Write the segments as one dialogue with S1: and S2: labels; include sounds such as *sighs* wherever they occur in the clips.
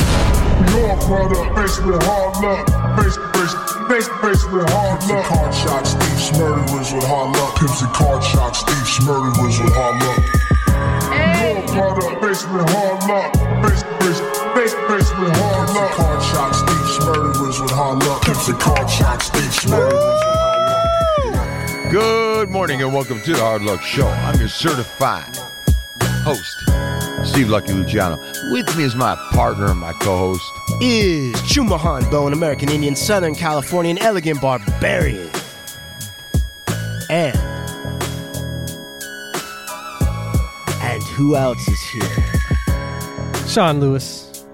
S1: Your brother faced with hard luck. Face, face, face, face with hard luck. Card shots, thieves, murderers with hard luck. Pimps and card shots, thieves, murderers with hard luck. Your brother faced with hard luck. Face, face, face, face with hard luck. Card shots, thieves, murderers with hard luck. Pimps and card shots, thieves, murderers with hard luck.
S2: Good morning and welcome to the Hard Luck Show. I'm your certified host, Steve Lucky Luciano. With me is my partner and my co-host.
S3: is Chumahan an American Indian, Southern Californian, elegant barbarian. And. And who else is here?
S4: Sean Lewis,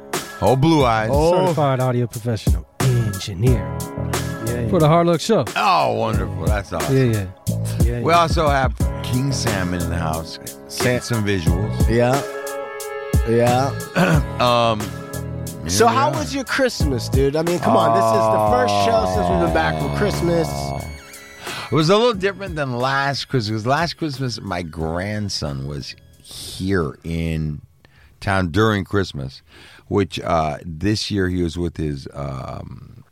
S2: Oh, Blue Eyes.
S4: certified audio professional, engineer for the Hard Luck Show.
S2: Oh, wonderful. That's awesome.
S4: Yeah, yeah. yeah
S2: We also have King Salmon in the house. Get some visuals.
S3: Yeah. Yeah.
S2: Um,
S3: So,
S2: here we
S3: how
S2: are.
S3: was your Christmas, dude? I mean, come on. This is the first show since we've been back from Christmas.
S2: It was a little different than last Christmas. 'cause Last Christmas, my grandson was here in town during Christmas, which uh, this year he was with his um,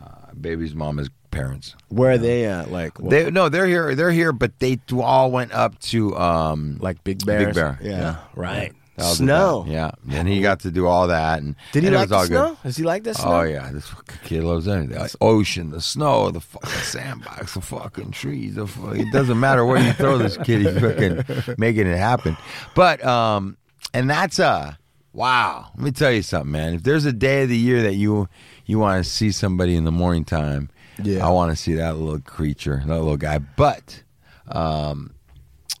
S2: uh, baby's mama's parents.
S3: Where are they at? Like,
S2: They no, they're here. They're here, but they t- all went up to um,
S3: like Big Bear?
S2: Bear Big Bear.
S3: Yeah. Right.
S2: That was the
S3: Snow.
S2: time. Yeah, and he got to do all that. And
S3: Did he
S2: and it
S3: like
S2: was all
S3: the snow?
S2: Good.
S3: Does he like the snow?
S2: Oh yeah, this fucking kid loves anything. The ocean, the snow, the fucking sandbox, the fucking trees. The fu- it doesn't matter where you throw this kid, he's fucking making it happen. But um, and that's uh, wow. Let me tell you something, man. If there's a day of the year that you you want to see somebody in the morning time,
S3: Yeah.
S2: I want to see that little creature, that little guy. But um,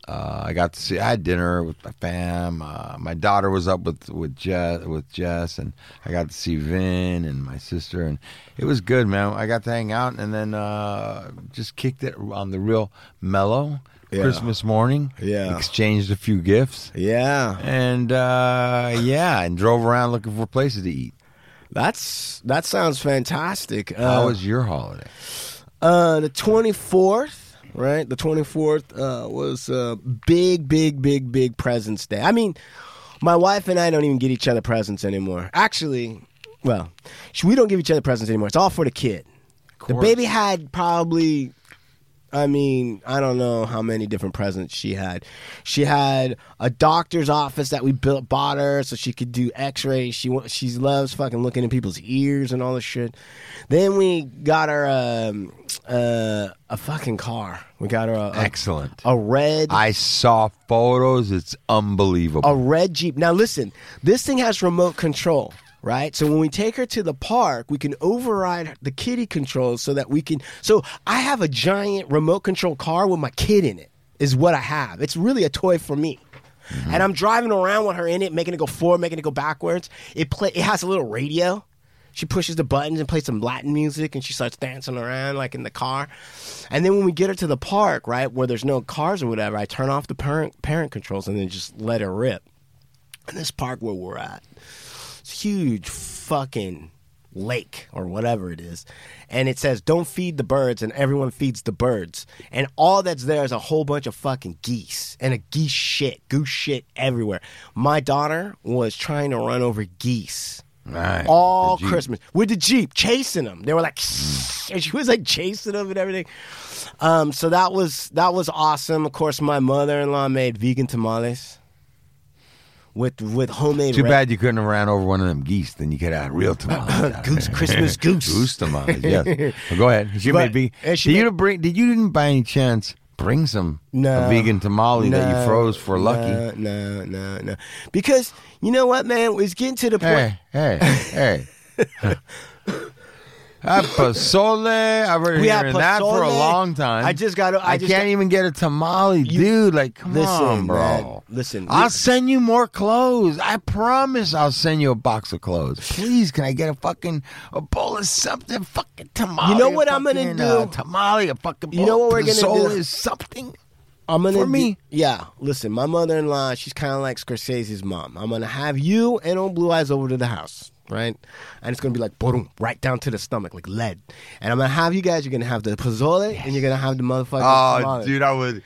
S2: uh, I got to see. I had dinner with my fam. Uh, my daughter was up with with Jess, with Jess, and I got to see Vin and my sister, and it was good, man. I got to hang out, and then uh, just kicked it on the real mellow
S3: Yeah.
S2: Christmas morning.
S3: Yeah.
S2: exchanged a few gifts,
S3: Yeah.
S2: and uh, yeah, and drove around looking for places to eat.
S3: That's that sounds fantastic. Uh,
S2: How was your holiday?
S3: uh, the twenty fourth, right? The twenty fourth uh, was uh, big, big, big, big presents day. I mean, my wife and I don't even get each other presents anymore. Actually, well, sh- we don't give each other presents anymore. It's all for the kid. The baby had probably. I mean, I don't know how many different presents she had. She had a doctor's office that we built, bought her so she could do X-rays. She wa- she loves fucking looking in people's ears and all this shit. Then we got her um, uh, a fucking car. We got her a, a-
S2: Excellent.
S3: a red
S2: I saw photos. It's unbelievable.
S3: a red Jeep. Now listen, this thing has remote control, right? So when we take her to the park, we can override the kitty controls so that we can so I have a giant remote control car with my kid in it. Is what I have. It's really a toy for me. And I'm driving around with her in it, making it go forward, making it go backwards. It play it has a little radio. She pushes the buttons and plays some Latin music and she starts dancing around like in the car. And then when we get her to the park, right, where there's no cars or whatever, I turn off the parent parent controls and then just let her rip. in this park where we're at. It's a huge fucking lake or whatever it is. And it says, don't feed the birds, and everyone feeds the birds. And all that's there is a whole bunch of fucking geese and a geese shit, goose shit everywhere. My daughter was trying to run over geese
S2: Right.
S3: all
S2: The Jeep.
S3: Christmas with the Jeep chasing them. They were like, *laughs* and she was like chasing them and everything. Um, so that was that was awesome. Of course, my mother in law made vegan tamales with with homemade.
S2: Too
S3: red-
S2: bad you couldn't have ran over one of them geese. Then you could have had real
S3: *laughs*
S2: tamales. out of
S3: *coughs* Goose
S2: it.
S3: Christmas goose.
S2: *laughs* goose tamales. Yes.
S3: *laughs*
S2: Well, go ahead. She
S3: But-
S2: may be.
S3: and
S2: Did
S3: she
S2: you
S3: made-
S2: bring? Did you didn't by any chance bring some
S3: No
S2: a vegan tamale that you
S3: No,
S2: froze for Lucky?
S3: No, no, no, no. Because you know what, man, it's getting to the point.
S2: Hey, hey, hey.
S3: *laughs*
S2: That pasole, I've been
S3: We had
S2: hearing that for a
S3: pozole.
S2: long time.
S3: I just got- I
S2: I
S3: just
S2: can't
S3: got-
S2: even get a tamale, dude. Like, come
S3: Listen,
S2: on, bro.
S3: man. Listen,
S2: I'll
S3: we-
S2: send you more clothes. I promise. I'll send you a box of clothes. Please, can I get a fucking a bowl of something? Fucking tamale.
S3: You know
S2: a
S3: what I'm gonna
S2: fucking, uh,
S3: do?
S2: tamale, a fucking. Bowl
S3: You know what we're
S2: of
S3: gonna
S2: pozole
S3: do?
S2: is something.
S3: I'm gonna
S2: For
S3: do-
S2: me.
S3: yeah. Listen, my mother-in-law, she's kind of like Scorsese's mom. I'm gonna have you and old Blue Eyes over to the house, right? And it's gonna be like boom, right down to the stomach, like lead. And I'm gonna have you guys. You're gonna have the pozole, and you're gonna have the motherfucking.
S2: Oh,
S3: tamales.
S2: dude, I would.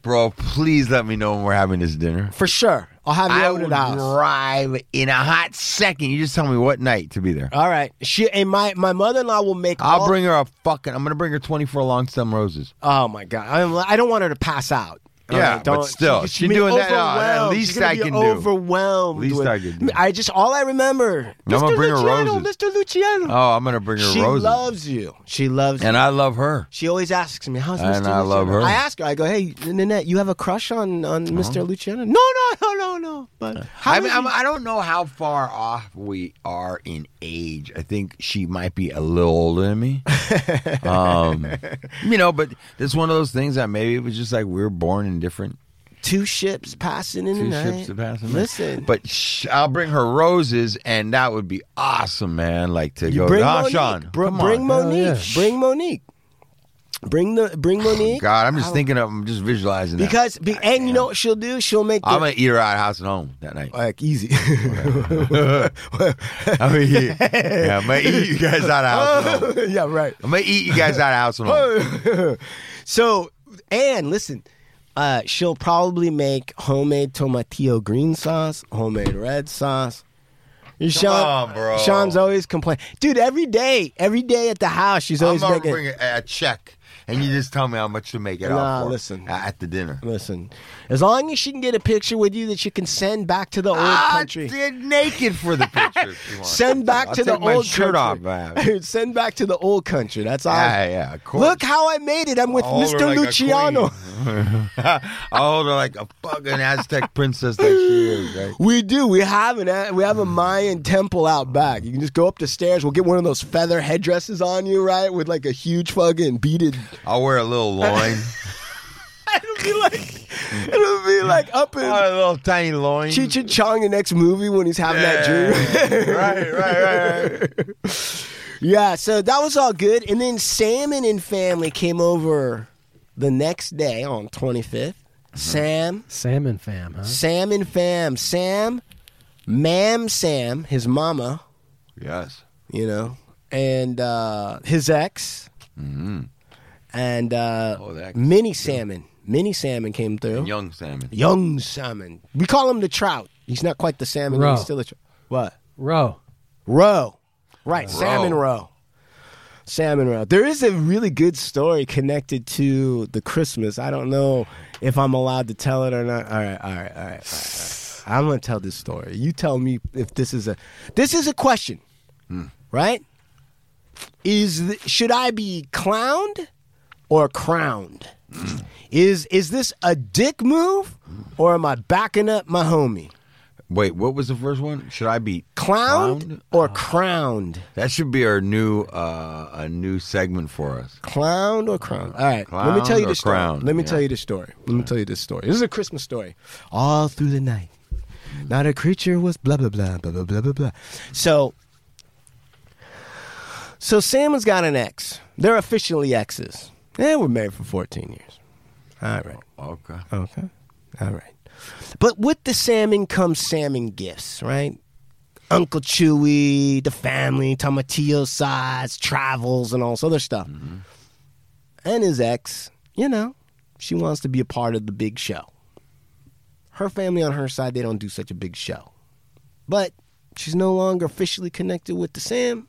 S2: Bro, please let me know when we're having this dinner.
S3: for sure. I'll have you
S2: I
S3: over to
S2: will
S3: the house.
S2: drive in a hot second. You just tell me what night to be there.
S3: All right. She and my my mother-in-law will make.
S2: I'll
S3: all-
S2: bring her a fucking. I'm gonna bring her 24 long stem roses.
S3: Oh my god! I'm, I don't want her to pass out. All
S2: Yeah,
S3: right, don't,
S2: but still,
S3: she's
S2: she
S3: gonna be
S2: doing that, uh, at
S3: overwhelmed.
S2: least
S3: She's gonna
S2: I
S3: be
S2: can do.
S3: Overwhelmed.
S2: Least
S3: with-
S2: I can do.
S3: I just all I remember.
S2: I'm gonna
S3: Mr.
S2: bring her
S3: Luciano,
S2: roses.
S3: Mr. Luciano.
S2: Oh, I'm gonna bring her
S3: she
S2: roses.
S3: loves you. She loves you.
S2: and I love her.
S3: She always asks me, "How's
S2: And
S3: Mr.
S2: I
S3: Luciano?"
S2: love her. Uh-huh.
S3: I ask her. I go, "Hey, Nanette, you have a crush on on Mr. Luciano?" No, no, no, no, no. But how
S2: Uh, I
S3: is
S2: mean,
S3: he-
S2: I'm, I don't know how far off we are in age. I think she might be a little older than
S3: *laughs*
S2: me. um, you know, but it's one of those things that maybe it was just like we were born in different
S3: two ships passing in
S2: two
S3: the night.
S2: ships to pass them in.
S3: Listen,
S2: But sh- I'll bring her roses, and that would be awesome, man. Like to
S3: you
S2: go,
S3: bring
S2: ah,
S3: Monique.
S2: Sean,
S3: Br-
S2: come
S3: bring
S2: on.
S3: Monique.
S4: yeah.
S3: Bring Monique. Bring the bring
S2: *sighs*
S3: Monique.
S2: God, I'm just thinking of, I'm just visualizing that.
S3: Because be, and you know what she'll do? She'll make the,
S2: I'm gonna eat her out of house and home that night.
S3: *laughs* like easy. *laughs*
S2: I mean, yeah, I'm gonna eat you guys out
S3: Oh.
S2: of house and home.
S3: yeah, right. *laughs*
S2: I'm gonna eat you guys out of house and home.
S3: So and listen, uh, she'll probably make homemade tomatillo green sauce, homemade red sauce. Come
S2: on, bro.
S3: Sean's always complaining, dude. Every day, every day at the house, she's
S2: I'm
S3: always
S2: gonna
S3: making.
S2: bring a, a check, and you just tell me how much to make it
S3: Nah,
S2: out for
S3: listen.
S2: a- at the dinner.
S3: Listen, as long as she can get a picture with you that she can send back to the old
S2: I
S3: country.
S2: did naked for the picture. if you want.
S3: Send back
S2: I'll
S3: to the
S2: take my
S3: old
S2: shirt off.
S3: country.
S2: man.
S3: Send back to the old country. That's all.
S2: Yeah, yeah, of course.
S3: Look how I made it. I'm *laughs* with
S2: I'll hold her
S3: Mr.
S2: like a
S3: Luciano.
S2: queen. *laughs* I'll hold her like a fucking Aztec princess that she is, right?
S3: *laughs* We do. We have an we have a Mayan temple out back. You can just go up the stairs. We'll get one of those feather headdresses on you, right, with like a huge fucking
S2: *laughs*
S3: beaded.
S2: I'll wear a little
S3: *laughs*
S2: loin.
S3: It'll be like *laughs* it'll be like up
S2: Oh,
S3: in
S2: a little tiny loin.
S3: Cheech and Chong the next movie when he's having that dream.
S2: Yeah. right, right, right, right.
S3: *laughs* yeah. So that was all good, and then Salmon and family came over the next day on 25th.
S2: Mm-hmm.
S3: Sam
S4: Salmon fam, huh?
S3: Sam and fam. Sam, Mam Sam, his mama,
S2: Yes.
S3: you know, and uh, his ex, and uh,
S2: Mm-hmm. Oh, the ex.
S3: Mini Salmon. Mini Salmon came through.
S2: And young salmon.
S3: Young Salmon. We call him the trout. He's not quite the salmon, but
S4: Roe.
S3: he's still a trout. What?
S4: Roe.
S3: Roe. Right,
S2: Roe.
S3: Salmon Roe. Salmon Roe. There is a really good story connected to the Christmas. I don't know if I'm allowed to tell it or not. All right, all right, all right. All right, all right. I'm gonna tell this story. You tell me if this is a this is a question,
S2: Hmm.
S3: right? Is th- should I be clowned or crowned?
S2: Hmm.
S3: Is is this a dick move or am I backing up my homie?
S2: Wait, what was the first one? Should I be
S3: Clowned,
S2: Clowned? Oh.
S3: or crowned?
S2: That should be our new uh a new segment for us.
S3: Clown or crown? All right. let me tell
S2: Clown
S3: you
S2: or
S3: the story.
S2: crown?
S3: Let me
S2: Yeah.
S3: tell you the story. Let me tell you this story. This is a Christmas story. All through the night. Not a creature was blah blah blah blah blah blah blah blah. So So Salmon's got an ex. They're officially exes. And we're married for 14 years. All right.
S2: Okay.
S3: Okay. All right. But with the salmon comes salmon gifts, right? Uncle Chewy, the family, tomatillo sides, travels, and all this other stuff. And his ex, you know, she wants to be a part of the big show. Her family on her side, they don't do such a big show. But she's no longer officially connected with the Sam.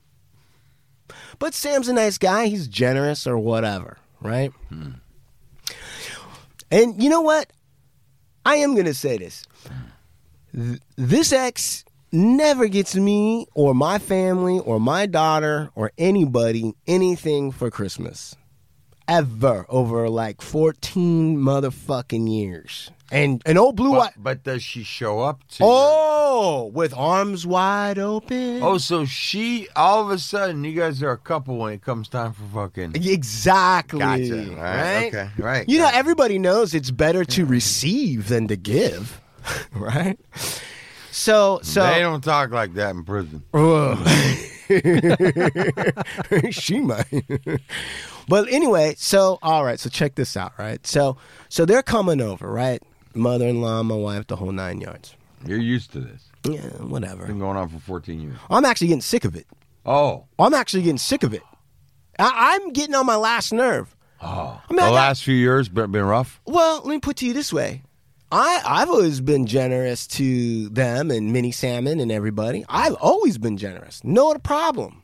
S3: But Sam's a nice guy. He's generous or whatever, right? And you know what? I am going to say this. Th- This ex never gets me or my family or my daughter or anybody anything for Christmas. Ever over like 14 motherfucking years. And an old blue
S2: But,
S3: eye.
S2: but does she show up to?
S3: Oh, with arms wide open.
S2: Oh, so she all of a sudden you guys are a couple when it comes time for fucking.
S3: Exactly.
S2: Gotcha. All right, okay, right.
S3: You know, everybody knows it's better to receive than to give, *laughs* right? So, so
S2: they don't talk like that in prison. *laughs*
S3: Ugh. *laughs* she might. but anyway, so all right, so check this out, right? So, so they're coming over, right? Mother-in-law, my wife, the whole nine yards.
S2: You're used to this.
S3: Yeah,
S2: Been
S3: whatever.
S2: going on for 14 years.
S3: I'm actually getting sick of it.
S2: Oh,
S3: I'm actually getting sick of it. I- I'm getting on my last nerve.
S2: oh.
S3: mean, I
S2: the
S3: got-
S2: last few years been, been rough.
S3: Well, let me put to you this way. I, I've always been generous to them and Mini Salmon and everybody. I've always been generous. No problem.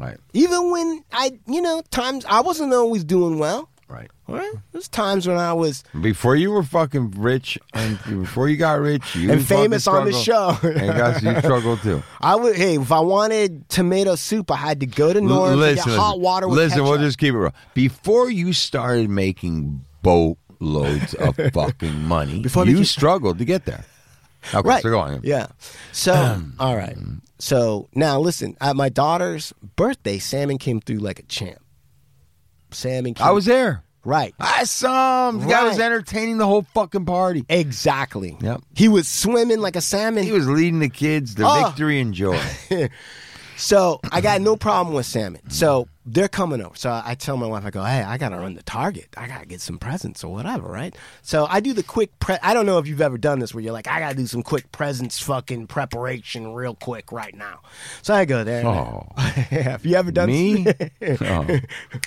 S2: Right,
S3: Even when I, you know, times I wasn't always doing well.
S2: right.
S3: All right. There's times when I was
S2: Before you were fucking rich and before you got rich, you
S3: and
S2: fucking
S3: famous on the
S2: struggled.
S3: show.
S2: and guys, you struggle too.
S3: *laughs* I would hey, if I wanted tomato soup, I had to go to Norm's and get hot water with
S2: listen, we'll
S3: ketchup.
S2: just keep it real. Before you started making boatloads
S3: *laughs*
S2: of fucking money,
S3: Before I
S2: you
S3: became-
S2: struggled to get there. Okay,
S3: right.
S2: so go on.
S3: Yeah.
S2: *clears throat*
S3: So, all right. So now listen, at my daughter's birthday, Salmon came through like a champ. Salmon came
S2: I was there.
S3: right.
S2: I saw him. The guy was
S3: Right.
S2: entertaining the whole fucking party.
S3: Exactly.
S2: Yep.
S3: He was swimming like a salmon.
S2: He was leading the kids to
S3: Oh.
S2: victory and
S3: *laughs*
S2: joy.
S3: so I got no problem with salmon. So they're coming over. So I tell my wife, I go, hey, I gotta run to Target. I gotta get some presents or whatever, right? So I do the quick pre. I don't know if you've ever done this where you're like, I gotta do some quick presents, fucking preparation, real quick right now. So I go there. and-
S2: Oh.
S3: *laughs* Have you ever done
S2: Me? Oh,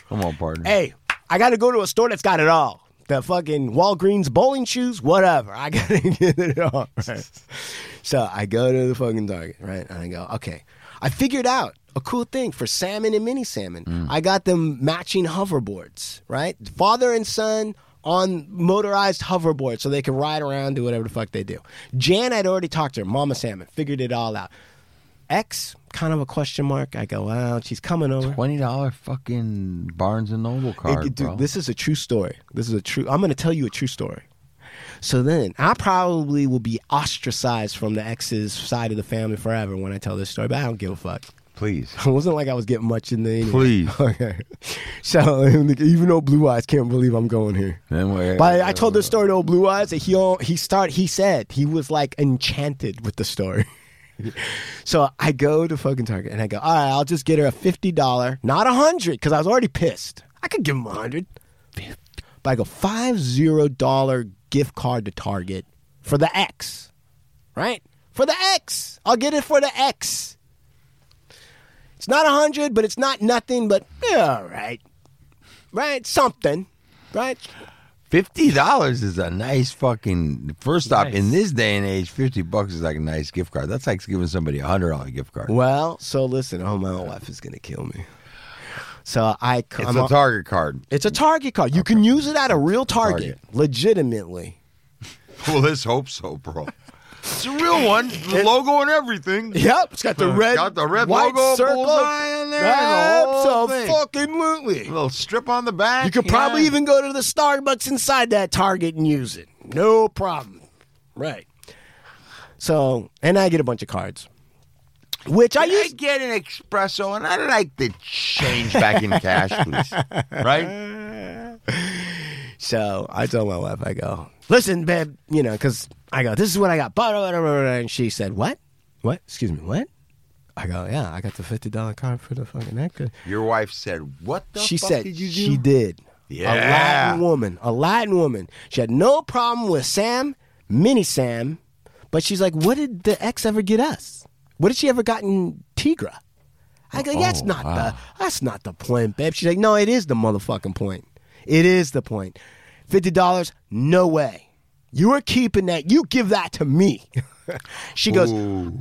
S2: come on, partner.
S3: hey, I got to go to a store that's got it all. The fucking Walgreens bowling shoes, whatever. I got to *laughs* get it all. Right? *laughs* So I go to the fucking Target, right? And I go, okay. I figured out a cool thing for salmon and mini salmon. I got them matching hoverboards, right? Father and son on motorized hoverboards so they can ride around, do whatever the fuck they do. Jan, I'd already talked to her, Mama Salmon, figured it all out. X, kind of a question mark. I go, wow, she's coming over.
S2: Twenty dollar fucking Barnes and Noble
S3: It-
S2: card,
S3: it- dude,
S2: bro.
S3: this is a true story. This is a true. I'm going to tell you a true story. So then, I probably will be ostracized from the ex's side of the family forever when I tell this story. But I don't give a fuck. *laughs*
S2: Please,
S3: It wasn't like I was getting much in the. Anyway.
S2: please.
S3: *laughs* Okay. So *laughs* even though Blue Eyes can't believe I'm going here.
S2: Then we're-
S3: But I told this story to old Blue Eyes, and he all, he start he said he was like enchanted with the story. *laughs* so I go to fucking Target and I go, all right, I'll just get her a fifty dollar, not a hundred, because I was already pissed. I could give him a hundred, but I go five zero dollar gift card to Target for the X, right? For the X, I'll get it for the X. It's not a hundred, but it's not nothing, but yeah, all right, right, something, right.
S2: Fifty dollars is a nice fucking. First off, in
S4: Nice.
S2: this day and age, fifty bucks is like a nice gift card. That's like giving somebody a hundred dollar gift card.
S3: Well, so listen, oh my wife is gonna kill me. So I
S2: It's
S3: I'm
S2: a Target card.
S3: it's a target card. You can use it at a real target,
S2: Target.
S3: legitimately.
S2: *laughs* Well, let's hope so, bro. It's a real
S3: *laughs*
S2: one, the logo and everything.
S3: Yep, it's got the red,
S2: Got the red
S3: white
S2: logo,
S3: circle.
S2: bullseye on there, and the whole thing.
S3: fucking
S2: A little strip on the back.
S3: You could
S2: yeah.
S3: probably even go to the Starbucks inside that Target and use it. No problem. Right. So, and I get a bunch of cards, which I
S2: Can I
S3: use.
S2: get an espresso, and I'd like the change back in cash,
S3: *laughs*
S2: please. Right?
S3: So I told my wife, I go, listen, babe, you know, because I go, this is what I got. Blah, blah, blah, blah, blah. And she said, what? What? Excuse me, what? I go, yeah, I got the $50 card for the fucking actor.
S2: Your wife said, "What the
S3: She
S2: fuck
S3: said,
S2: did you do?"
S3: she did. A
S2: Yeah.
S3: Latin woman, a Latin woman. She had no problem with Sam Mini Sam, but she's like, what did the ex ever get us? What did she ever gotten Tigra? I go, that's
S2: Oh,
S3: not
S2: wow.
S3: the that's not the point, babe. She's like, no, it is the motherfucking point. It is the point. Fifty dollars, no way. You are keeping that. You give that to me. *laughs* she goes,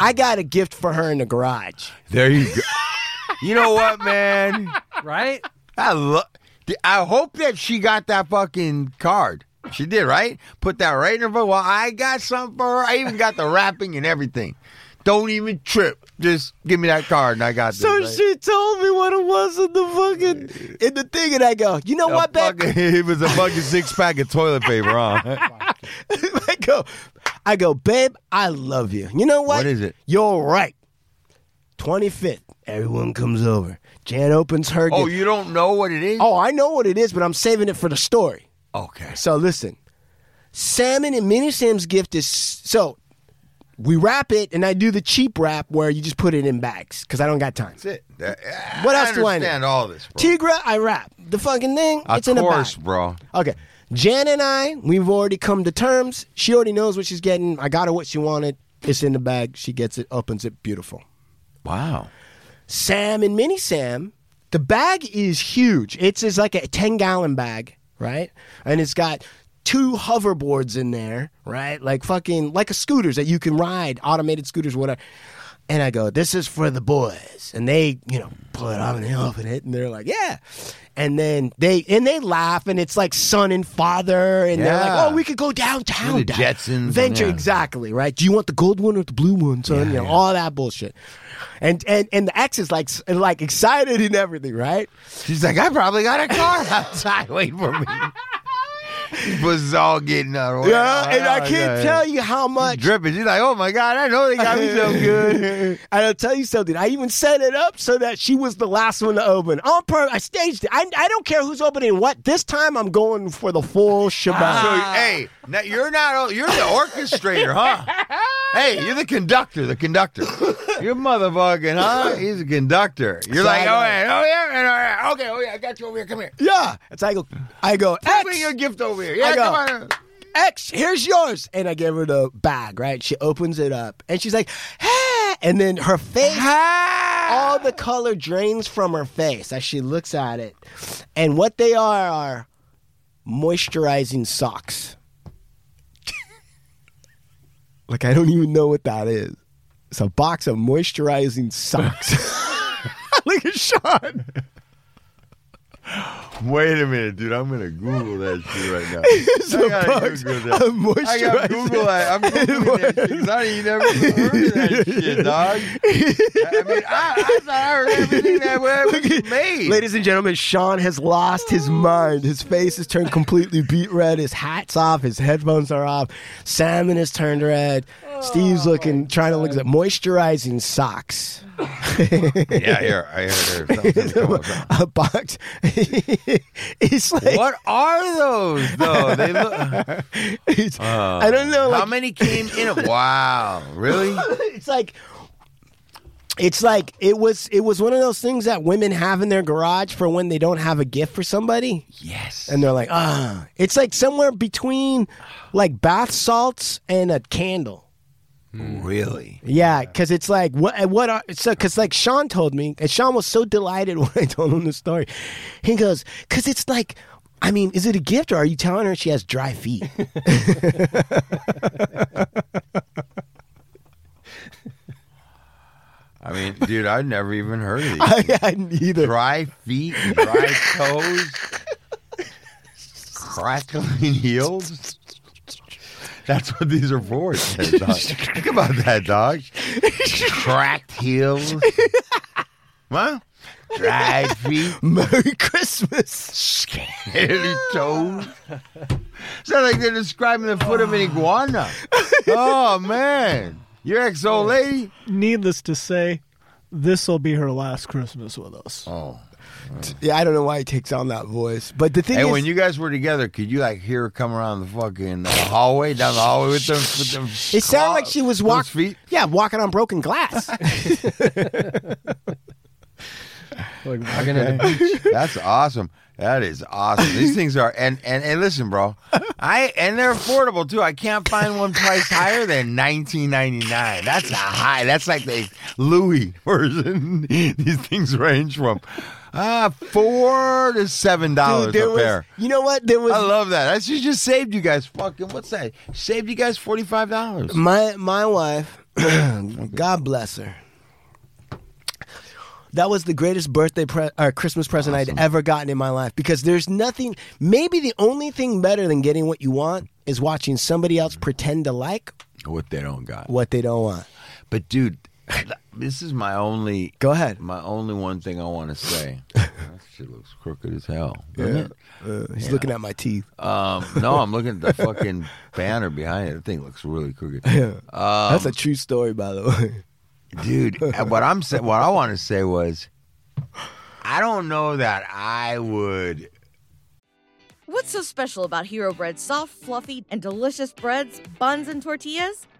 S3: I got a gift for her in the garage.
S2: There you go. you know what, man?
S4: Right?
S2: I love. I hope that she got that fucking card. She did, right? Put that right in her book. Well, I got something for her. I even got the wrapping and everything. Don't even trip. Just give me that card, and I got
S3: So
S2: this. right?
S3: she told me what it was in the fucking in the thing, and I go, you know
S2: A
S3: what, babe?
S2: fucking- *laughs* it was a fucking six pack of toilet paper, huh?
S3: *laughs* I go, I go, babe, I love you. You know what?
S2: What is it?
S3: You're right. Twenty fifth, everyone comes over. Jan opens her.
S2: oh,
S3: gift.
S2: you don't know what it is?
S3: oh, I know what it is, but I'm saving it for the story.
S2: okay.
S3: So listen, salmon and mini Sam's gift is so we wrap it, and I do the cheap wrap where you just put it in bags because I don't got time.
S2: That's it. That-
S3: What else do I
S2: understand
S3: know?
S2: all this, bro.
S3: Tigra, I wrap the fucking thing.
S2: of
S3: it's in a bag.
S2: course, bro.
S3: Okay. Jan and I, we've already come to terms. She already knows what she's getting. I got her what she wanted. It's in the bag. She gets it, opens it, beautiful.
S2: Wow.
S3: Sam and Mini Sam, the bag is huge. It's is like a 10 gallon bag, right? And it's got two hoverboards in there, right? Like fucking, like a scooters that you can ride, automated scooters, whatever. And I go, this is for the boys. And they, you know, pull it up and they open it and they're like, yeah. And then they, and they laugh and it's like son and father. And they're
S2: Yeah.
S3: like, oh, we could go downtown.
S2: You're the
S3: down-
S2: Jetsons,
S3: Venture,
S2: yeah.
S3: exactly, right? Do you want the gold one or the blue one, son? you know, all that bullshit. And and and the ex is like s- like excited and everything, right?
S2: She's like, I probably got a car *laughs* outside waiting for me. *laughs* Was all getting out of the way.
S3: yeah, and I can't
S2: Yeah.
S3: tell you how much.
S2: Dripping. She's like, oh my God, I know they got me so *laughs* good.
S3: I'll tell you something. I even set it up so that she was the last one to open. On purpose, I staged it. I, I don't care who's opening what. This time, I'm going for the full shebang.
S2: So, hey, now you're not, you're the orchestrator, *laughs* huh? Hey, you're the conductor, the conductor. You're motherfucking, huh? He's a conductor. You're like, oh, yeah, oh, yeah, and, all right, okay, oh, yeah, I got you over here, come here.
S3: yeah, and so I go. I go. Ex,
S2: Bring your gift over here. Yeah,
S3: I go.
S2: come on. in."
S3: X, here's yours. And I give her the bag, right? She opens it up and she's like, "Ah!" and then her face, all the color drains from her face as she looks at it. And what they are are moisturizing socks. *laughs* like, I don't even know what that is. It's a box of
S2: *laughs*
S3: moisturizing socks. Look at Sean.
S2: Wait a minute, dude. I'm gonna Google that shit right *laughs* now. It's
S3: a box of moisturizer.
S2: I gotta Google that. I'm Googling that shit 'cause I ain't never heard of that shit, dog. I mean, I, I thought I heard everything that *laughs* was made.
S3: Ladies and gentlemen, Sean has lost his mind. His face is turned completely beet red. His hat's off. His headphones are off. Salmon is turned red. Steve's
S2: Oh,
S3: looking, trying to look at moisturizing socks.
S2: yeah, here, I heard. *laughs* I heard
S3: *laughs*
S2: something.
S3: A box. it's like,
S2: what are those though? They look.
S3: it's- I don't know.
S2: Uh, How
S3: Like,
S2: many came in?
S3: *laughs*
S2: A, wow, really?
S3: it's like. It's like it was it was one of those things that women have in their garage for when they don't have a gift for somebody.
S2: Yes.
S3: and they're like, ah, it's like somewhere between like bath salts and a candle.
S2: really.
S3: Yeah, because it's like what what are so because like Sean told me, and Sean was so delighted *laughs* when I told him the story. He goes, because it's like, I mean, is it a gift or are you telling her she has
S2: *laughs*
S3: dry feet? *laughs*
S2: I mean, dude, I've never even heard of these.
S3: I, I neither.
S2: dry feet, and dry
S3: *laughs*
S2: toes, crackling heels. That's what these are for. it says, dog. Think about that, dog. Cracked heels. Huh? Dry feet,
S3: Merry Christmas.
S2: hairy toes. Sounds like they're describing the foot of an
S3: *laughs*
S2: iguana. Oh, man. Your ex old lady?
S5: Needless to say, this will be her last Christmas with us.
S2: Oh.
S3: Yeah, I don't know why he takes on that voice, but the thing
S2: Hey,
S3: is,
S2: when you guys were together, could you like hear her come around the fucking uh, hallway, down the hallway with them? With them
S3: it sounded
S2: claw-
S3: like she was
S2: those Oh,
S3: walking.
S2: feet. *laughs*
S3: Yeah, walking on broken glass.
S4: Like walking at the beach.
S2: That's awesome. That is awesome.
S3: *laughs*
S2: These things are and and hey, listen, bro. I and they're affordable too. I can't find one priced higher than nineteen ninety nine. That's a high. That's like the Louis *laughs* version. These things range from uh four to seven
S3: Dude,
S2: dollars
S3: there
S2: a
S3: was,
S2: pair.
S3: you know what? There was
S2: I love that. That's just, just saved you guys fucking what's that? Saved you guys forty five dollars.
S3: my my wife. God bless her. That was the greatest birthday pre- or Christmas present I'd ever gotten in my life because there's nothing. Maybe the only thing better than getting what you want is watching somebody else pretend to like
S2: What they don't got.
S3: what they don't want.
S2: But dude, *laughs* this is my only
S3: Go ahead.
S2: My only one thing I want to say. that shit looks crooked as hell. doesn't it?
S3: Uh, he's looking at my teeth.
S2: Um, no, I'm looking at the fucking banner behind it. That thing looks really crooked. Uh,
S3: That's a true story, by the *laughs* way.
S2: Dude, uh, what I'm sa- what I want to say was I don't know that I would
S6: What's so special about Hero Bread's soft, fluffy, and delicious breads, buns, and tortillas?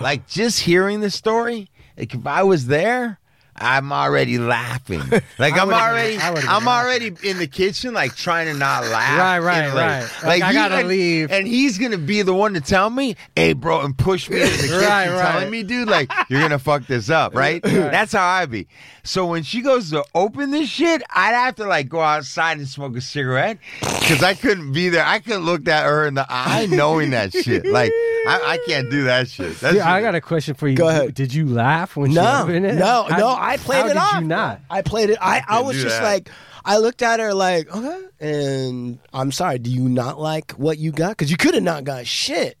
S2: like just hearing the story. Like if I was there, I'm already laughing. Like I'm already,
S4: I would've been
S2: I'm already in the kitchen, like trying to not laugh.
S4: Right, right,
S2: you know,
S4: right. Like, I
S2: you-
S4: gotta
S2: and-
S4: leave.
S2: and he's gonna be the one to tell me, "Hey, bro," and push me in
S4: *laughs*
S2: the kitchen,
S4: Right, right.
S2: telling me, "Dude, like you're gonna fuck this up," right? That's how I be. So when she goes to open this shit, I'd have to like go outside and smoke a cigarette because I couldn't be there. I couldn't look at her in the eye knowing that shit. Like. I, I can't do that shit. That's
S4: Dude, I got a question for you.
S3: Go ahead.
S4: Did you laugh when she
S3: No,
S4: opened it?
S3: no,
S4: How-
S3: no. I played
S4: how
S3: it
S4: did
S3: off.
S4: You not.
S3: I played it. I, I
S2: can't
S3: was
S2: do
S3: just
S2: that.
S3: like, I looked at her like, okay. And I'm sorry. Do you not like what you got? Because you could have not
S2: *laughs*
S3: got shit.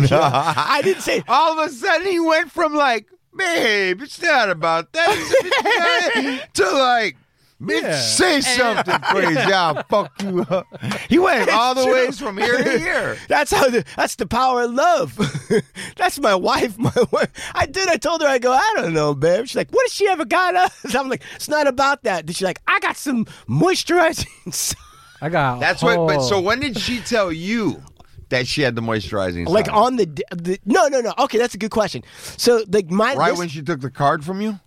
S3: I didn't say.
S2: all of a sudden he went from like, babe, it's not about that, *laughs* to like, bitch,
S4: Yeah.
S2: say something crazy, I'll fuck you up. He went all the
S3: true.
S2: ways from here
S3: *laughs*
S2: to here.
S3: That's how. The, that's the power of love. *laughs* that's my wife. My *laughs* wife. I did. I told her. I go. I don't know, babe. She's like, what has she ever got us? *laughs* I'm like, it's not about that. Then she's like, I got some moisturizing. *laughs* stuff."
S4: I got.
S2: That's what. But
S3: Oh.
S2: so when did she tell you that she had the moisturizing?
S3: like
S2: stuff?
S3: on the, d- the. No, no, no. Okay, that's a good question. So like my
S2: right
S3: this,
S2: when she took the card from you.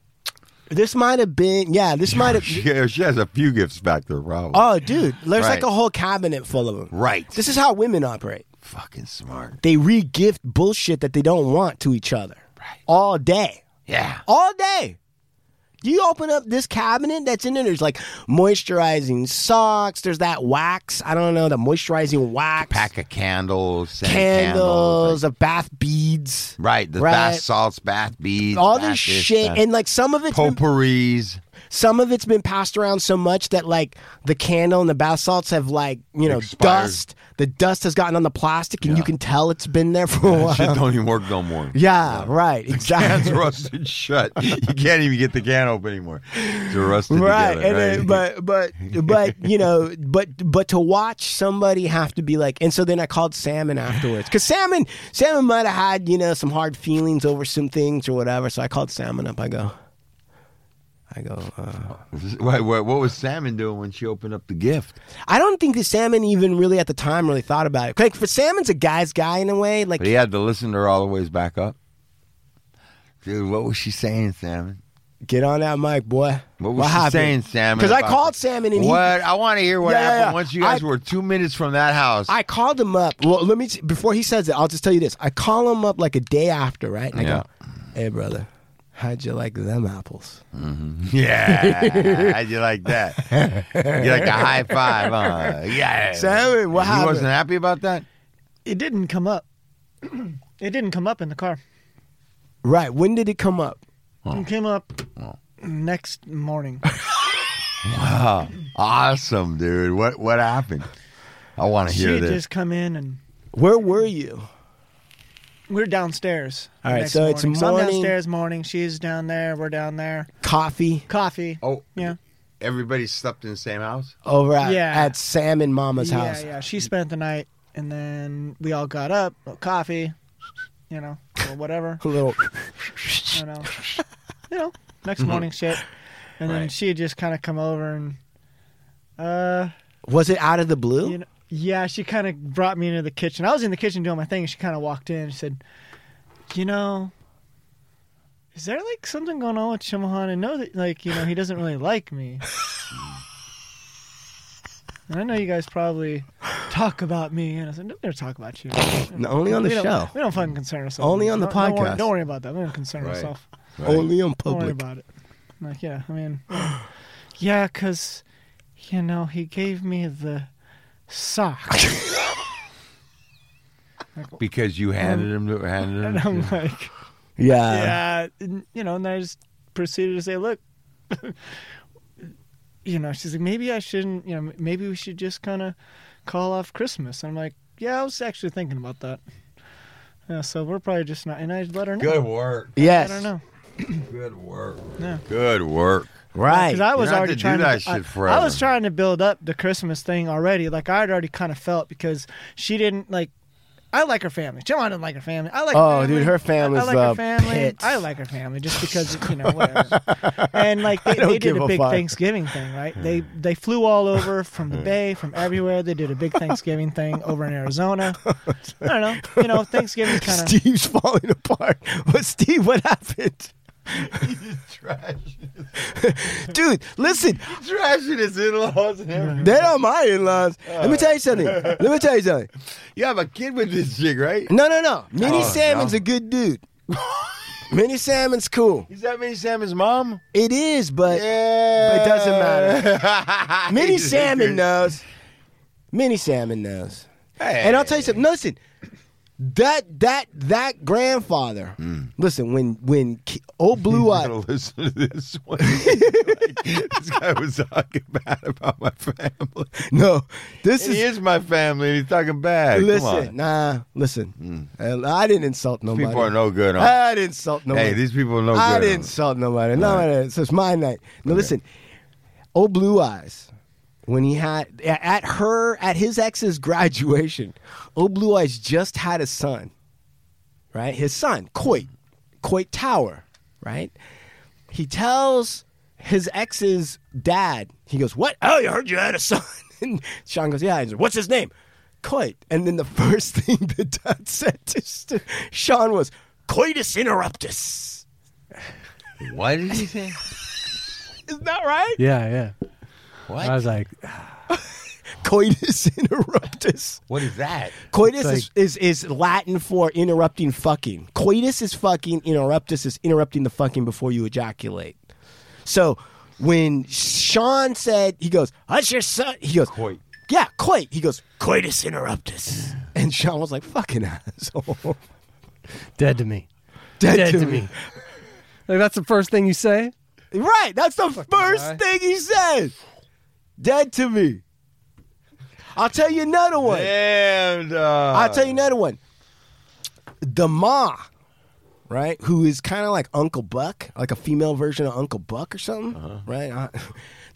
S3: this might have been. Yeah, this might have.
S2: She, *laughs* she has a few gifts back there, probably.
S3: Oh, dude, there's like
S2: Right.
S3: a whole cabinet full of them.
S2: right.
S3: This is how women operate.
S2: fucking smart.
S3: They re-gift bullshit that they don't want to each other. Right. All day.
S2: Yeah.
S3: All day. You open up this cabinet that's in there. There's like moisturizing socks. There's that wax. I don't know the moisturizing wax.
S2: Pack of candles, scented
S3: candles,
S2: candles, like-
S3: of bath beads.
S2: right? The
S3: Right.
S2: bath salts, bath beads,
S3: All
S2: bath
S3: this shit,
S2: bath-
S3: and like some of it's been-
S2: potpourris.
S3: some of it's been passed around so much that like the candle and the bath salts have like you know
S2: Expired.
S3: dust. The dust has gotten on the plastic, and you can tell it's been there for a
S2: That
S3: *laughs*
S2: shit
S3: while.
S2: don't even work no more.
S3: Yeah, right,
S2: It's
S3: *laughs* exactly.
S2: rusted shut. You can't even get the can open anymore. It's rusted
S3: Right,
S2: together.
S3: and
S2: *laughs*
S3: then, but but but you know, but but to watch somebody have to be like, and so then I called Salmon afterwards because Salmon Salmon might have had you know some hard feelings over some things or whatever. So I called Salmon up. I go, I go. Uh,
S2: Wait, wait, what was Salmon doing when she opened up the gift?
S3: I don't think that Salmon even really at the time really thought about it. Like for Salmon's a guy's guy in a way. Like
S2: But he had to listen to her all the ways back up. Dude, what was she saying, Salmon?
S3: get on that mic, boy.
S2: What was she saying, Salmon?
S3: Because I
S2: about
S3: called
S2: the-
S3: Salmon and he-
S2: what I want to hear what
S3: Yeah, yeah,
S2: happened
S3: yeah.
S2: once you guys
S3: I-
S2: were two minutes from that house.
S3: I called him up. Well, let me t- before he says it, I'll just tell you this. I call him up like a day after, right? And
S2: Yeah.
S3: I go, "Hey, brother, how'd you like them apples?" *laughs*
S2: yeah, how'd you like that? You like a high five? Huh? Yeah,
S3: Salmon,
S2: He
S3: what happened?
S2: wasn't happy about that.
S5: It didn't come up. *clears throat* it didn't come up in the car.
S3: Right. When did it come up?
S2: Oh.
S5: It came up
S2: *laughs*
S5: next morning.
S2: Wow. Awesome, dude. What what happened? I want to
S5: she
S2: hear
S5: had
S2: this.
S5: just come in and
S3: Where were you?
S5: we're downstairs.
S3: All right,
S5: next
S3: so it's
S5: morning. So I'm
S3: morning.
S5: downstairs morning. She's down there. We're down there.
S3: Coffee
S5: Coffee.
S2: Oh,
S5: yeah.
S2: Everybody slept in the same house?
S3: over at,
S5: Yeah.
S3: at Sam and Mama's
S5: yeah,
S3: house.
S5: yeah. She spent the night, and then we all got up, coffee, you know, or whatever,
S3: A little.
S5: you know,
S2: *laughs*
S5: you know, next morning shit. And then
S2: Right.
S5: she had just kind of come over and, uh,
S3: Was it out of the blue?
S5: you know, yeah, she kind of brought me into the kitchen. I was in the kitchen doing my thing, and she kind of walked in. and She said, "You know, is there like something going on with Shimahan? And know that like you know he doesn't really like me."
S3: *laughs*
S5: And I know you guys probably talk about me, and I said, "Don't ever talk about you."
S3: No, only on the
S5: we don't-
S3: show.
S5: we don't fucking concern ourselves.
S3: Only on the
S5: Don't- Don't
S3: podcast.
S5: worry, don't worry about that. We don't concern
S2: Right.
S5: ourselves.
S3: Only on
S5: Don't worry
S3: public.
S5: about it. I'm like, yeah, I mean, *sighs* yeah, because, you know, he gave me the
S2: *laughs*
S5: sock.
S2: Because you handed him to Um, handed him.
S5: *laughs* and I'm
S2: *laughs*
S5: like,
S3: Yeah.
S5: yeah, and, you know, and I just proceeded to say, look, *laughs* you know, she's like, maybe I shouldn't, you know, maybe we should just kind of call off Christmas. And I'm like, yeah, I was actually thinking about that. Yeah, so we're probably just not, and I let her know.
S2: Good work.
S5: I
S3: Yes.
S5: don't know.
S2: Good work.
S5: Yeah.
S2: Good work.
S3: Right.
S5: Because I was
S2: don't have
S5: already
S2: to do
S5: trying
S2: that
S5: to,
S2: shit
S5: I- I,
S2: forever.
S5: was trying to build up the Christmas thing already. Like I had already kind of felt because she didn't like. I like her family. Jill, I didn't like her family. I like.
S3: Oh,
S5: her
S3: dude,
S5: family.
S3: her
S5: I-
S3: family's
S5: I like
S3: the
S5: her family.
S3: pits.
S5: I like her family just because
S3: *laughs*
S5: you know whatever. and like they,
S3: don't
S5: they did
S3: give
S5: a
S3: a
S5: big
S3: fuck. Hmm.
S5: Thanksgiving thing, right? They they flew all over from the bay, from everywhere. They did a big Thanksgiving thing over
S3: *laughs*
S5: in Arizona. I don't know. You know, Thanksgiving's kind of
S3: *laughs* Steve's falling apart. *laughs* But Steve, what happened?
S2: *laughs*
S3: *laughs*
S2: Trash.
S3: Dude, listen,
S2: Trash in his in-laws and everything.
S3: they're not my in-laws. Let me tell you something. Let me tell you something.
S2: You have a kid with this chick, right?
S3: No, no, no. Mini
S2: Oh,
S3: Salmon's
S2: no.
S3: a good dude. Mini Salmon's cool.
S2: Is that Minnie Salmon's mom?
S3: It is, but
S2: Yeah.
S3: But it
S2: *laughs*
S3: doesn't
S2: matter.
S3: Mini Salmon knows. Mini Salmon knows. And I'll tell you something. Listen, that that that grandfather.
S2: Hmm.
S3: Listen, when when ki- old
S2: *laughs*
S3: Blue
S2: I'm
S3: Eye.
S2: gonna listen to this *laughs* one. Like, this guy was talking bad about my family.
S3: no, this
S2: He
S3: is.
S2: is my family, and he's talking bad. Come
S3: Listen,
S2: on. Mm.
S3: nah, listen. I, I didn't insult nobody.
S2: people are no good. On,
S3: I didn't insult nobody.
S2: hey, these people are no
S3: I
S2: good.
S3: didn't insult nobody. No, no, no. So it's my night. Now listen, old Blue Eyes, when he had a- at her at his ex's graduation, old Blue Eyes just had a son, right? His son, Coit, Coit Tower, right? He tells his ex's dad, he goes, "What? Oh, you heard you had a son?" *laughs* And Sean goes, "Yeah." He's like, "What's his name?" Coit. And then the first *laughs* thing the dad said to St- Sean was, "Coitus interruptus."
S2: On. What did he say?
S3: Isn't that right?
S4: Yeah, yeah.
S2: What?
S4: I was like,
S3: Coitus *laughs* interruptus.
S2: What is that?
S3: Coitus is, is, is Latin for interrupting fucking. Coitus is fucking, interruptus is interrupting the fucking before you ejaculate. So when Sean said, he goes, That's your son. He goes,
S2: Coit.
S3: Yeah, coit. He goes, Coitus interruptus. And Sean was like, Fucking asshole.
S4: dead to me.
S3: Dead,
S4: Dead to me. Like that's the first thing you say.
S3: Right. That's the first
S4: guy.
S3: thing he said. Dead to me. I'll tell you another one.
S2: Damn, dog.
S3: I'll tell you another one. The Ma, right? Who is kind of like Uncle Buck, like a female version of Uncle Buck or something, right? *laughs* I-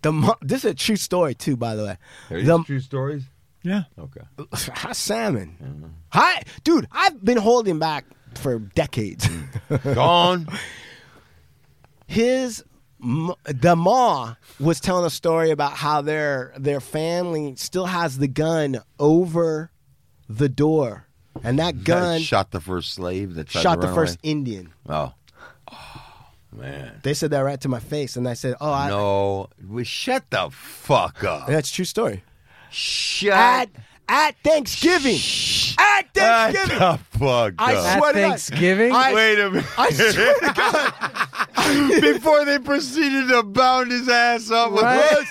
S3: the Ma, this is a true story too, by the way.
S2: Are these
S3: The
S2: true stories?
S5: yeah.
S2: Okay.
S3: hot salmon, hi, dude. I've been holding back for decades.
S2: *laughs* Gone.
S3: *laughs* his m- the ma was telling a story about how their their family still has the gun over the door, and that gun shot,
S2: Shot the first slave that tried to
S3: the
S2: run
S3: first
S2: away.
S3: Indian.
S2: Oh. oh, man.
S3: They said that right to my face, and I said, "Oh, I,
S2: No, we shut the fuck up.
S3: that's a true story."
S2: Shut
S3: At at Thanksgiving, at Thanksgiving,
S2: the fuck
S3: I
S2: up.
S3: swear to God,
S4: Thanksgiving?
S3: I,
S2: Wait a minute.
S3: I swear
S2: *laughs*
S3: to God,
S2: Before they proceeded to bound his ass up with
S3: Right?
S2: words,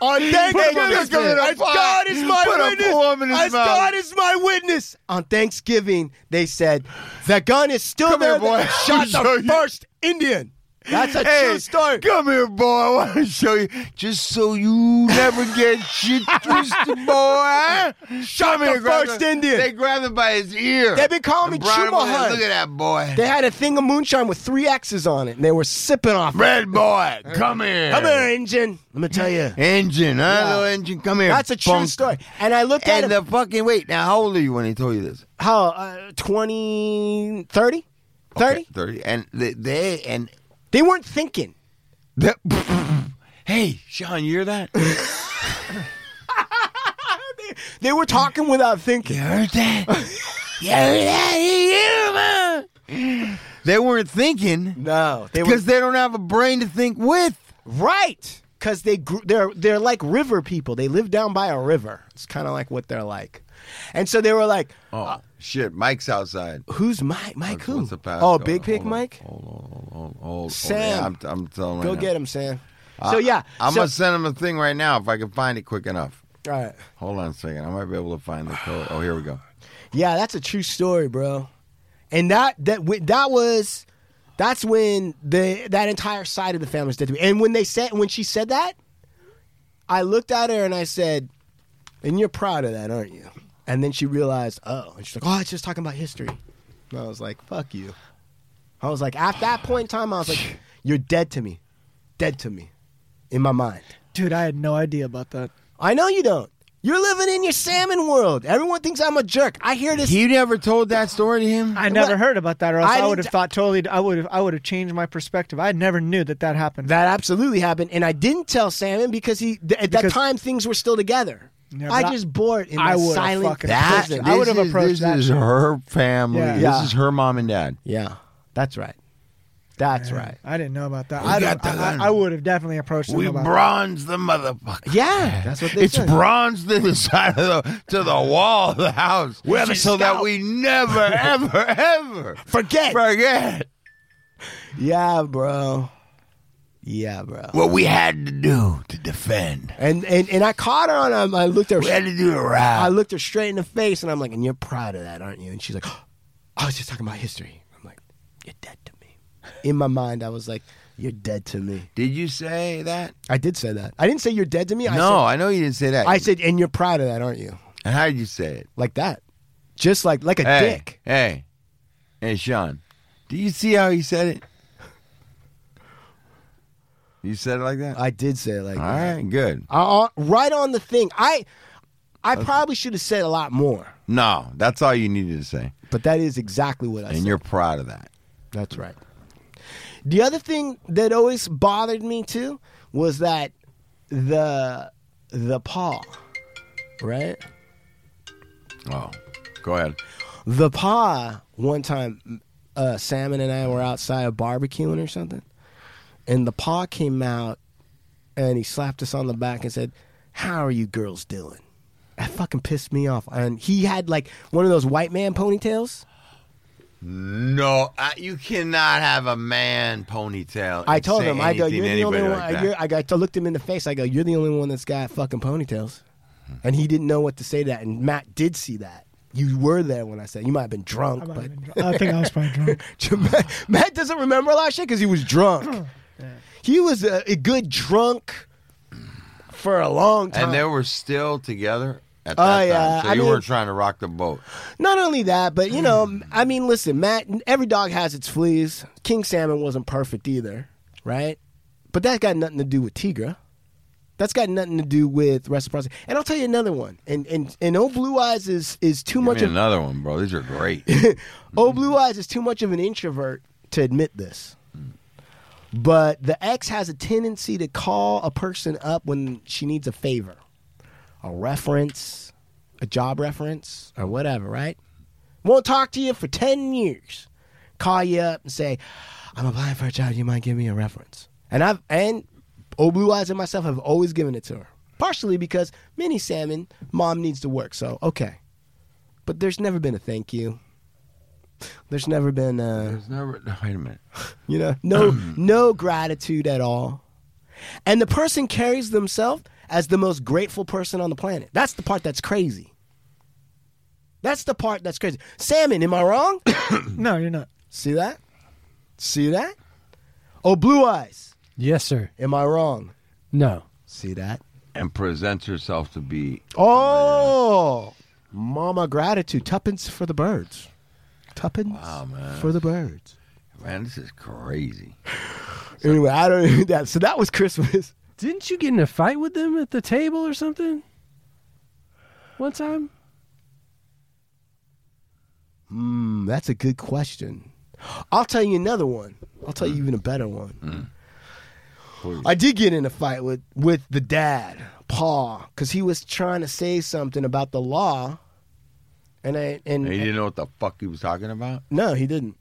S3: On
S2: Put him on
S3: Thanksgiving,
S2: the spit.
S3: as God is my
S2: Put a
S3: witness,
S2: poem in his
S3: as
S2: mouth.
S3: God is my witness. On Thanksgiving, they said, "The gun is still
S2: Come
S3: there
S2: here, boy. *laughs*
S3: that shot
S2: I'll show
S3: the
S2: you."
S3: first Indian." That's a
S2: hey,
S3: true story.
S2: Come here, boy. I want to show you. Just so you never get shit *laughs* twisted, boy. Shot
S3: the first Indian.
S2: They grabbed him by his ear.
S3: They've been calling
S2: And
S3: me
S2: brought him over there.
S3: Chumahan.
S2: Look at that boy.
S3: They had a thing of moonshine with three X's on it, and they were sipping off. it.
S2: Red boy, come here.
S3: Come here, Injun. Let me tell you,
S2: Engine, huh?
S3: Yeah.
S2: Little engine, come here.
S3: that's a true
S2: punk.
S3: story. And I looked at
S2: And
S3: him.
S2: the fucking wait. Now, how old are you when he told you this?
S3: how uh, 20, 30, 30?
S2: Okay, Thirty. And they, they and
S3: They weren't thinking.
S2: the, hey, Sean, you hear that?
S3: They were talking without thinking.
S2: You heard that? you heard that? You hear me? They weren't thinking
S3: No, they were
S2: because they don't have a brain to think with.
S3: right because they grew, they're they're like river people. They live down by a river. It's kind of like what they're like, and so they were like,
S2: Oh shit! Mike's outside.
S3: "Who's Mike? Mike who?
S2: What's the pass?
S3: oh,
S2: Hold on,
S3: Big Pig
S2: hold on,
S3: Mike.
S2: Hold on, hold on, hold on, hold on.
S3: Oh, Sam,
S2: Yeah, I'm, I'm telling
S3: Go
S2: right
S3: get
S2: now.
S3: him, Sam." so yeah,
S2: I'm
S3: so,
S2: gonna send him a thing right now if I can find it quick enough.
S3: all right.
S2: Hold on a second. I might be able to find the code. Oh, here we go.
S3: Yeah, that's a true story, bro. And that that wi- that was that's when the that entire side of the family was dead to me. And when they said when she said that, I looked at her and I said, "And you're proud of that, aren't you?" And then she realized, "Oh," and she's like, "Oh, it's just talking about history." And I was like, "Fuck you." I was like, at that point in time, I was like, "You're dead to me, dead to me," in my mind.
S5: Dude, I had no idea about that.
S3: I know you don't. You're living in your salmon world. Everyone thinks I'm a jerk. I hear this.
S2: You never told that story to him.
S5: I never heard about that, or else
S3: I
S5: I,
S3: didn't
S5: would have
S3: t-
S5: thought totally. I would have. I would have changed my perspective. I never knew that that happened.
S3: That absolutely happened, and I didn't tell Salmon because he th- at that
S5: Because-
S3: time things were still together.
S5: Yeah,
S3: I
S5: but I-
S3: just bore it in
S5: I
S3: my
S5: would've
S3: silent
S5: fucking
S2: That
S3: prison.
S5: I
S2: this
S5: would've
S2: is-
S5: approached
S2: This
S5: that
S2: is
S5: shit.
S2: her family.
S5: Yeah.
S3: Yeah.
S2: This is her mom and dad.
S3: yeah, that's right. That's right.
S5: I didn't know about that.
S2: We
S5: I,
S2: got
S5: don't-
S2: to
S5: I,
S2: learn.
S5: I, I would have definitely approached them
S2: We
S5: about
S2: bronze the motherfucker.
S3: Yeah, that's what they
S2: It's
S3: said.
S2: bronze to the *laughs* side of the to the wall of the house,
S3: the
S2: so that
S3: scout.
S2: we
S3: *laughs*
S2: never, ever, ever
S3: Forget.
S2: forget
S3: yeah, bro. Yeah, bro.
S2: what we had to do to defend.
S3: And and and I caught her on. a- I looked her.
S2: We had to do it
S3: I
S2: right.
S3: looked her straight in the face, and I'm like, "And you're proud of that, aren't you?" And she's like, "I was just talking about history." I'm like, "You're dead to me." In my mind, I was like, "You're dead to me."
S2: Did you say that?
S3: I did say that. I didn't say you're dead to me. I
S2: no,
S3: said-
S2: I know you didn't say that.
S3: I said, and you're proud of that, aren't you?
S2: And how did you say it?
S3: Like that. Just like like a
S2: hey,
S3: dick.
S2: hey, hey, Sean, do you see how he said it? You said it like that.
S3: I did say it like
S2: All
S3: that.
S2: right, good.
S3: Uh, right on the thing. I I probably should have said a lot more,
S2: No, that's all you needed to say,
S3: but that is exactly what I
S2: and
S3: said.
S2: you're proud of that.
S3: That's right. The other thing that always bothered me too was that the the paw, right?
S2: Oh, go ahead.
S3: The pa one time, uh, Salmon and I were outside barbecuing or something, and the pa came out and he slapped us on the back and said, "How are you girls doing?" That fucking pissed me off. And he had like one of those white man ponytails.
S2: No, I, you cannot have a man ponytail. and
S3: I told
S2: say
S3: him, I go,
S2: anything
S3: "You're
S2: to
S3: the only
S2: anybody
S3: one."
S2: like that."
S3: you're, I, got, I looked him in the face. I go, "You're the only one that's got fucking ponytails," and he didn't know what to say to that. And Matt did see that. You were there when I said you might have been drunk,
S5: I might
S3: but
S5: have been drunk. I think I was probably
S3: *laughs*
S5: drunk.
S3: Matt, Matt doesn't remember a lot of shit because he was
S5: *clears throat*
S3: drunk. He was a, a good drunk for a long time.
S2: and they were still together at that
S3: Oh,
S2: time.
S3: yeah,
S2: So
S3: I
S2: you
S3: mean-
S2: weren't trying to rock the boat.
S3: Not only that, but you know,
S2: Mm.
S3: I mean, listen, Matt. Every dog has its fleas. King salmon wasn't perfect either, right? But that's got nothing to do with Tigra. That's got nothing to do with reciprocity. And I'll tell you another one. And and and old blue eyes is is too
S2: Give
S3: much
S2: me
S3: of
S2: another one, bro. These are *laughs* great.
S3: Old Oh, Blue Eyes is too much of an introvert to admit this. But the ex has a tendency to call a person up when she needs a favor, a reference, a job reference, or whatever, right? Won't talk to you for 10 years. Call you up and say, I'm applying for a job. You might give me a reference. And I've, and Old Blue Eyes and myself have always given it to her. Partially because mini salmon, mom needs to work. So, okay. But there's never been a thank you. There's never been, uh,
S2: There's never. Wait a minute.
S3: you know, no no gratitude at all. And the person carries themselves as the most grateful person on the planet. That's the part that's crazy. That's the part that's crazy. Salmon, am I wrong? *coughs*
S5: No, you're not.
S3: See that? See that? Oh, blue eyes,
S4: Yes, sir.
S3: am I wrong?
S4: No.
S3: See that?
S2: and presents herself to be
S3: Oh, mama gratitude. Tuppence for the birds. Tuppence
S2: Wow, man.
S3: for the birds.
S2: man this is crazy
S3: Anyway, I don't *laughs* that. So that was Christmas.
S4: Didn't you get in a fight with them at the table or something? One time?
S3: Mm, that's a good question. I'll tell you another one. I'll tell
S2: Mm.
S3: you even a better one. I did get in a fight with with the dad, Paul, because he was trying to say something about the law, and I and
S2: and he didn't know what the fuck he was talking about
S3: No, he didn't.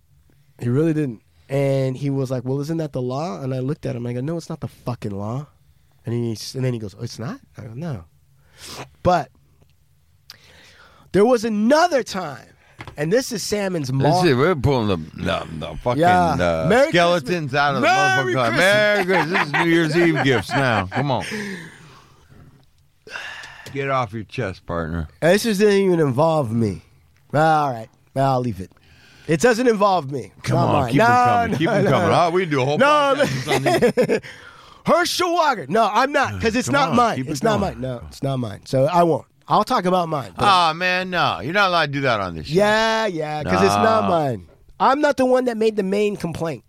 S3: He really didn't. And he was like, "Well, isn't that the law?" And I looked at him. I go, "No, it's not the fucking law." And he and then he goes, oh, "It's not." I go, "No." But there was another time, and this is Salmon's
S2: this
S3: mom.
S2: is, we're pulling the, the, the fucking
S3: Yeah.
S2: uh,
S3: Merry
S2: skeletons out of the
S3: Merry
S2: motherfucking car. Merry Christmas. This is New Year's Eve gifts now. Come on. Get off your chest, partner.
S3: This just didn't even involve me. All right, I'll leave it. It doesn't involve me.
S2: Come
S3: Not
S2: on,
S3: mine.
S2: keep
S3: no,
S2: them coming.
S3: No,
S2: keep them
S3: no,
S2: coming.
S3: no.
S2: Oh, we do a whole
S3: *laughs* No, *laughs*
S2: podcast on these.
S3: Herschel Walker. No, I'm not because it's
S2: Come
S3: not
S2: on,
S3: mine.
S2: keep it
S3: It's not
S2: going.
S3: mine. No, it's not mine. So I won't. I'll talk about mine. but-
S2: Oh man, no, you're not allowed to do that on this. show.
S3: Yeah, yeah, because it's
S2: Nah.
S3: not mine. I'm not the one that made the main complaint.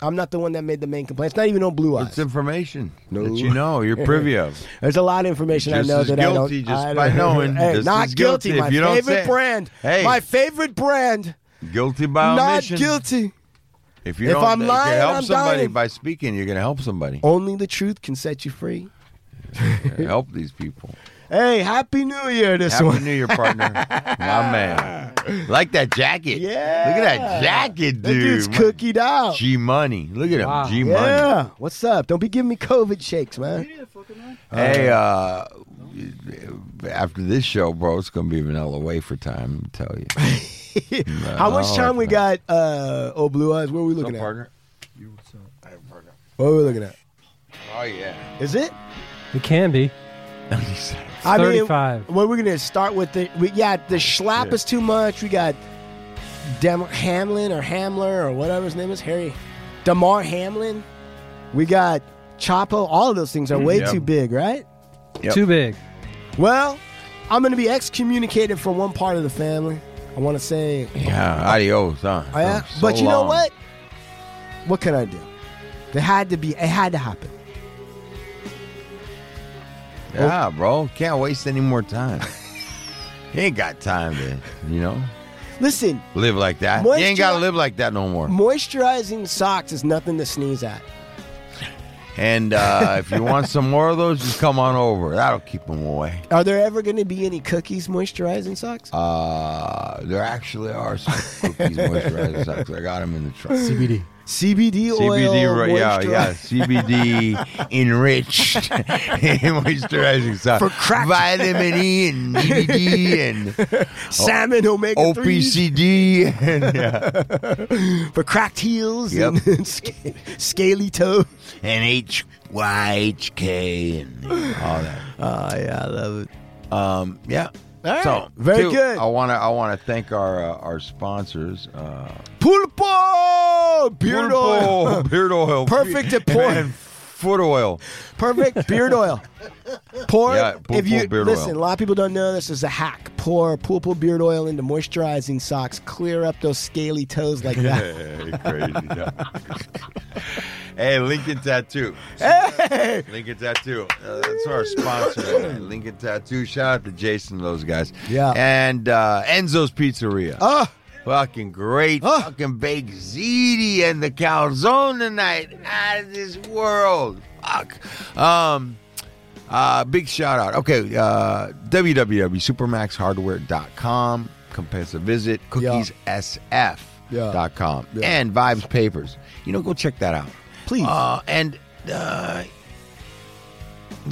S3: I'm not the one that made the main complaint. It's not even on Blue Eyes.
S2: it's information
S3: No.
S2: that you know you're privy of.
S3: There's a lot of information I
S2: Just
S3: know
S2: as
S3: that
S2: guilty
S3: I don't.
S2: just
S3: I
S2: by
S3: don't-
S2: knowing.
S3: Hey,
S2: Just
S3: not
S2: as guilty
S3: guilty.
S2: if
S3: my
S2: you don't
S3: favorite
S2: say it.
S3: brand.
S2: Hey.
S3: my favorite brand.
S2: Guilty by
S3: not
S2: omission.
S3: guilty.
S2: If you
S3: If
S2: don't,
S3: I'm
S2: you
S3: lying,
S2: help
S3: I'm
S2: somebody
S3: dying.
S2: by speaking, you're gonna help
S3: *laughs*
S2: somebody.
S3: Only the truth can set you free.
S2: help these people.
S3: Hey, happy New Year! This
S2: Happy
S3: one.
S2: New Year, partner. *laughs* My man. Like that jacket.
S3: Yeah.
S2: Look at that jacket, dude.
S3: That dude's
S2: My-
S3: cookied out.
S2: G Money. Look at him.
S4: Wow.
S2: G Money.
S3: Yeah. What's up? Don't be giving me COVID shakes, man.
S2: Hey, uh, after this show, bro, it's going to be vanilla wafer time, I tell you.
S3: *laughs* How much
S2: I'll
S3: time we
S2: recognize.
S3: got? Uh, oh, Blue Eyes. What are we looking at?
S2: partner.
S3: What are we looking at?
S2: Oh, yeah.
S3: Is it?
S4: It can be.
S3: I mean,
S4: 35.
S3: What we're gonna start with the we got
S2: Oh,
S3: the schlapp is too much. We got Dem- Hamlin or Hamler or whatever his name is, Harry Damar Hamlin. We got Chapo. All of those things are way
S2: yeah.
S3: too big, right?
S2: Yep.
S4: Too big.
S3: Well, I'm gonna be excommunicated from one part of the family. I want to say,
S2: Yeah, adios, huh?
S3: I-
S2: Oh, So
S3: Oh, but you know
S2: long.
S3: what? What can I do? It had to be. It had to happen.
S2: Yeah, bro. Can't waste any more
S3: *laughs*
S2: time. you ain't got time to, you know,
S3: Listen,
S2: live like that. you ain't got to live like that no more.
S3: moisturizing socks is nothing to sneeze at.
S2: And uh, if you want some more of those, just come on over. That'll keep them away.
S3: Are there ever going to be any cookies moisturizing socks?
S2: Uh, there actually are some cookies moisturizers out there. I got them in the *laughs* truck. CBD,
S3: CBD oil.
S2: right? Yeah,
S3: moisturizer.
S2: yeah. CBD *laughs* enriched *laughs* moisturizing stuff
S3: For crack.
S2: vitamin E and CBD
S3: *laughs*
S2: and
S3: *laughs* Salmon omega three
S2: OPCD
S3: *laughs*
S2: and yeah,
S3: for cracked heels
S2: Yep.
S3: and, *laughs* and sca- scaly toes.
S2: and HYHK and all that.
S3: Oh yeah, I love it.
S2: Um, yeah.
S3: All right.
S2: So
S3: Very
S2: two,
S3: good.
S2: I want to I want to thank our uh, our sponsors. Uh,
S3: Pulpo beard oil.
S2: *laughs* beard oil,
S3: Perfect at
S2: *laughs*
S3: porn.
S2: and foot oil. *laughs*
S3: Perfect beard oil. Pour
S2: Yeah,
S3: if
S2: Pulpo
S3: you
S2: beard
S3: listen,
S2: oil.
S3: a lot of people don't know this is a hack. Pour pulpo beard oil into moisturizing socks. Clear up those scaly
S2: *laughs*
S3: toes like that.
S2: Hey, crazy.
S3: *laughs*
S2: yeah. hey, Lincoln Tattoo.
S3: hey,
S2: Lincoln Tattoo. Uh, that's our sponsor. tonight, Lincoln Tattoo. Shout out to Jason, and those guys.
S3: Yeah.
S2: And uh, Enzo's Pizzeria.
S3: oh,
S2: Fucking great.
S3: Oh.
S2: Fucking baked ziti and the calzone tonight. Out of this world. Fuck. Um, uh, big shout out. Okay. Uh, www.supermaxhardware.com. Come pay us a visit. Cookiessf.com.
S3: Yeah.
S2: And Vibes Papers. You know, go check that out.
S3: please.
S2: Uh, and uh,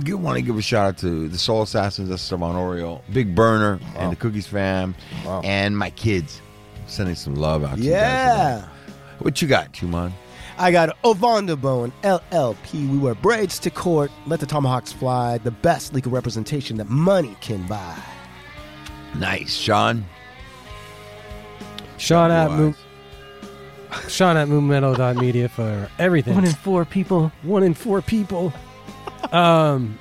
S2: you want to give a shout out to the Soul Assassins, that's Esteban Oriole, Big Burner, and the Cookies fam, and my kids. sending some love out to you guys.
S3: yeah.
S2: today. What you got, Chumon?
S3: I got Ovonda Bone, LLP. We wear braids to court. Let the tomahawks fly. The best legal representation that money can buy.
S2: Nice, Sean.
S4: Sean at
S2: Wise.
S4: Mo- Sean at movemental.media for everything.
S5: One in four people.
S4: One in four people. Um,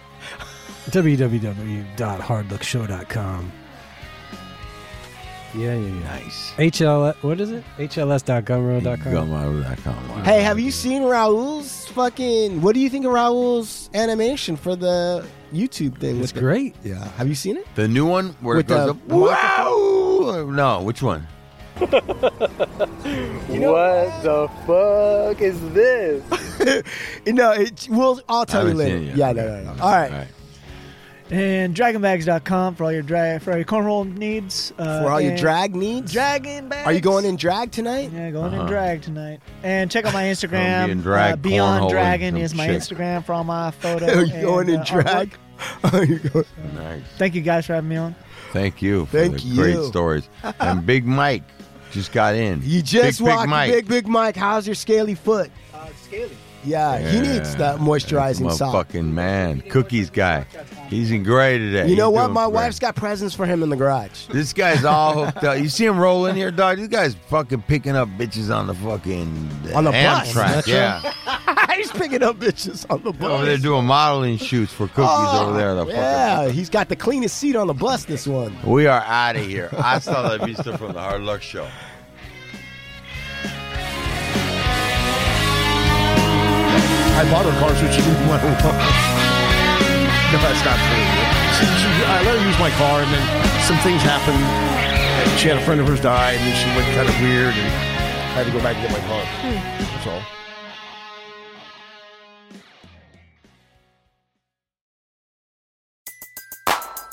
S4: www.hardlookshow.com. Yeah, yeah, yeah.
S2: Nice.
S4: HL, what is it? HLS.gumroad.com.
S2: Gumroad.com. Wow.
S3: Hey, have you seen Raul's fucking? What do you think of Raul's animation for the YouTube thing?
S4: It's
S3: with the-
S4: great.
S3: yeah. Have you seen it?
S2: The new one where
S3: With
S2: it goes up.
S3: the
S2: Wow! No, which one?
S3: *laughs* No. It, we'll. I'll
S2: I
S3: tell you
S2: haven't
S3: later.
S2: seen it yet.
S3: Yeah. No.
S2: Okay.
S3: No. No. All right.
S5: And dragonbags.com for all your drag for all your cornhole needs. Uh,
S3: For all your
S5: and
S3: drag needs.
S5: dragon bags.
S3: Are you going in drag
S5: *laughs*
S3: tonight?
S5: Yeah, going
S2: Uh-huh.
S5: in drag tonight. And check out my
S2: Gonna
S5: Instagram.
S2: be in drag,
S5: uh, Beyond
S2: cornholing
S5: Dragon
S2: some
S5: is my
S2: shit.
S5: Instagram for
S3: *laughs*
S5: all my photos. uh,
S3: Are you going in drag? *laughs* Are you going?
S2: Nice.
S5: Thank you guys for having me on.
S2: Thank you. For
S3: Thank
S2: the Great
S3: you.
S2: stories.
S3: *laughs*
S2: and Big Mike just got in.
S3: You just
S2: big,
S3: walked,
S2: Big Mike.
S3: big big Mike. How's your scaly foot?
S5: Uh, scaly.
S3: Yeah, he needs that moisturizing sock.
S2: Fucking man, cookies guy. He's in gray today.
S3: You know
S2: He's
S3: what?
S2: doing
S3: My
S2: great.
S3: wife's got presents for him in the garage. *laughs*
S2: This guy's all hooked up. You see him roll in here, dog. This guy's fucking picking up bitches on the fucking
S3: On the bus.
S2: Amtrak.
S3: Metro?
S2: yeah,
S3: He's picking up bitches on the bus.
S2: over there doing modeling shoots for cookies over there. The
S3: Oh, yeah,
S2: fucking.
S3: he's got the cleanest seat on the bus this one.
S2: We are out of here. I saw that vista from the Hard Luck Show.
S7: I bought her cars, which she didn't *laughs* want to want. No, that's not true. She, she, I let her use my car, and then some things happened. And She had a friend of hers die, and then she went kind of weird, and I had to go back and get my car. That's all.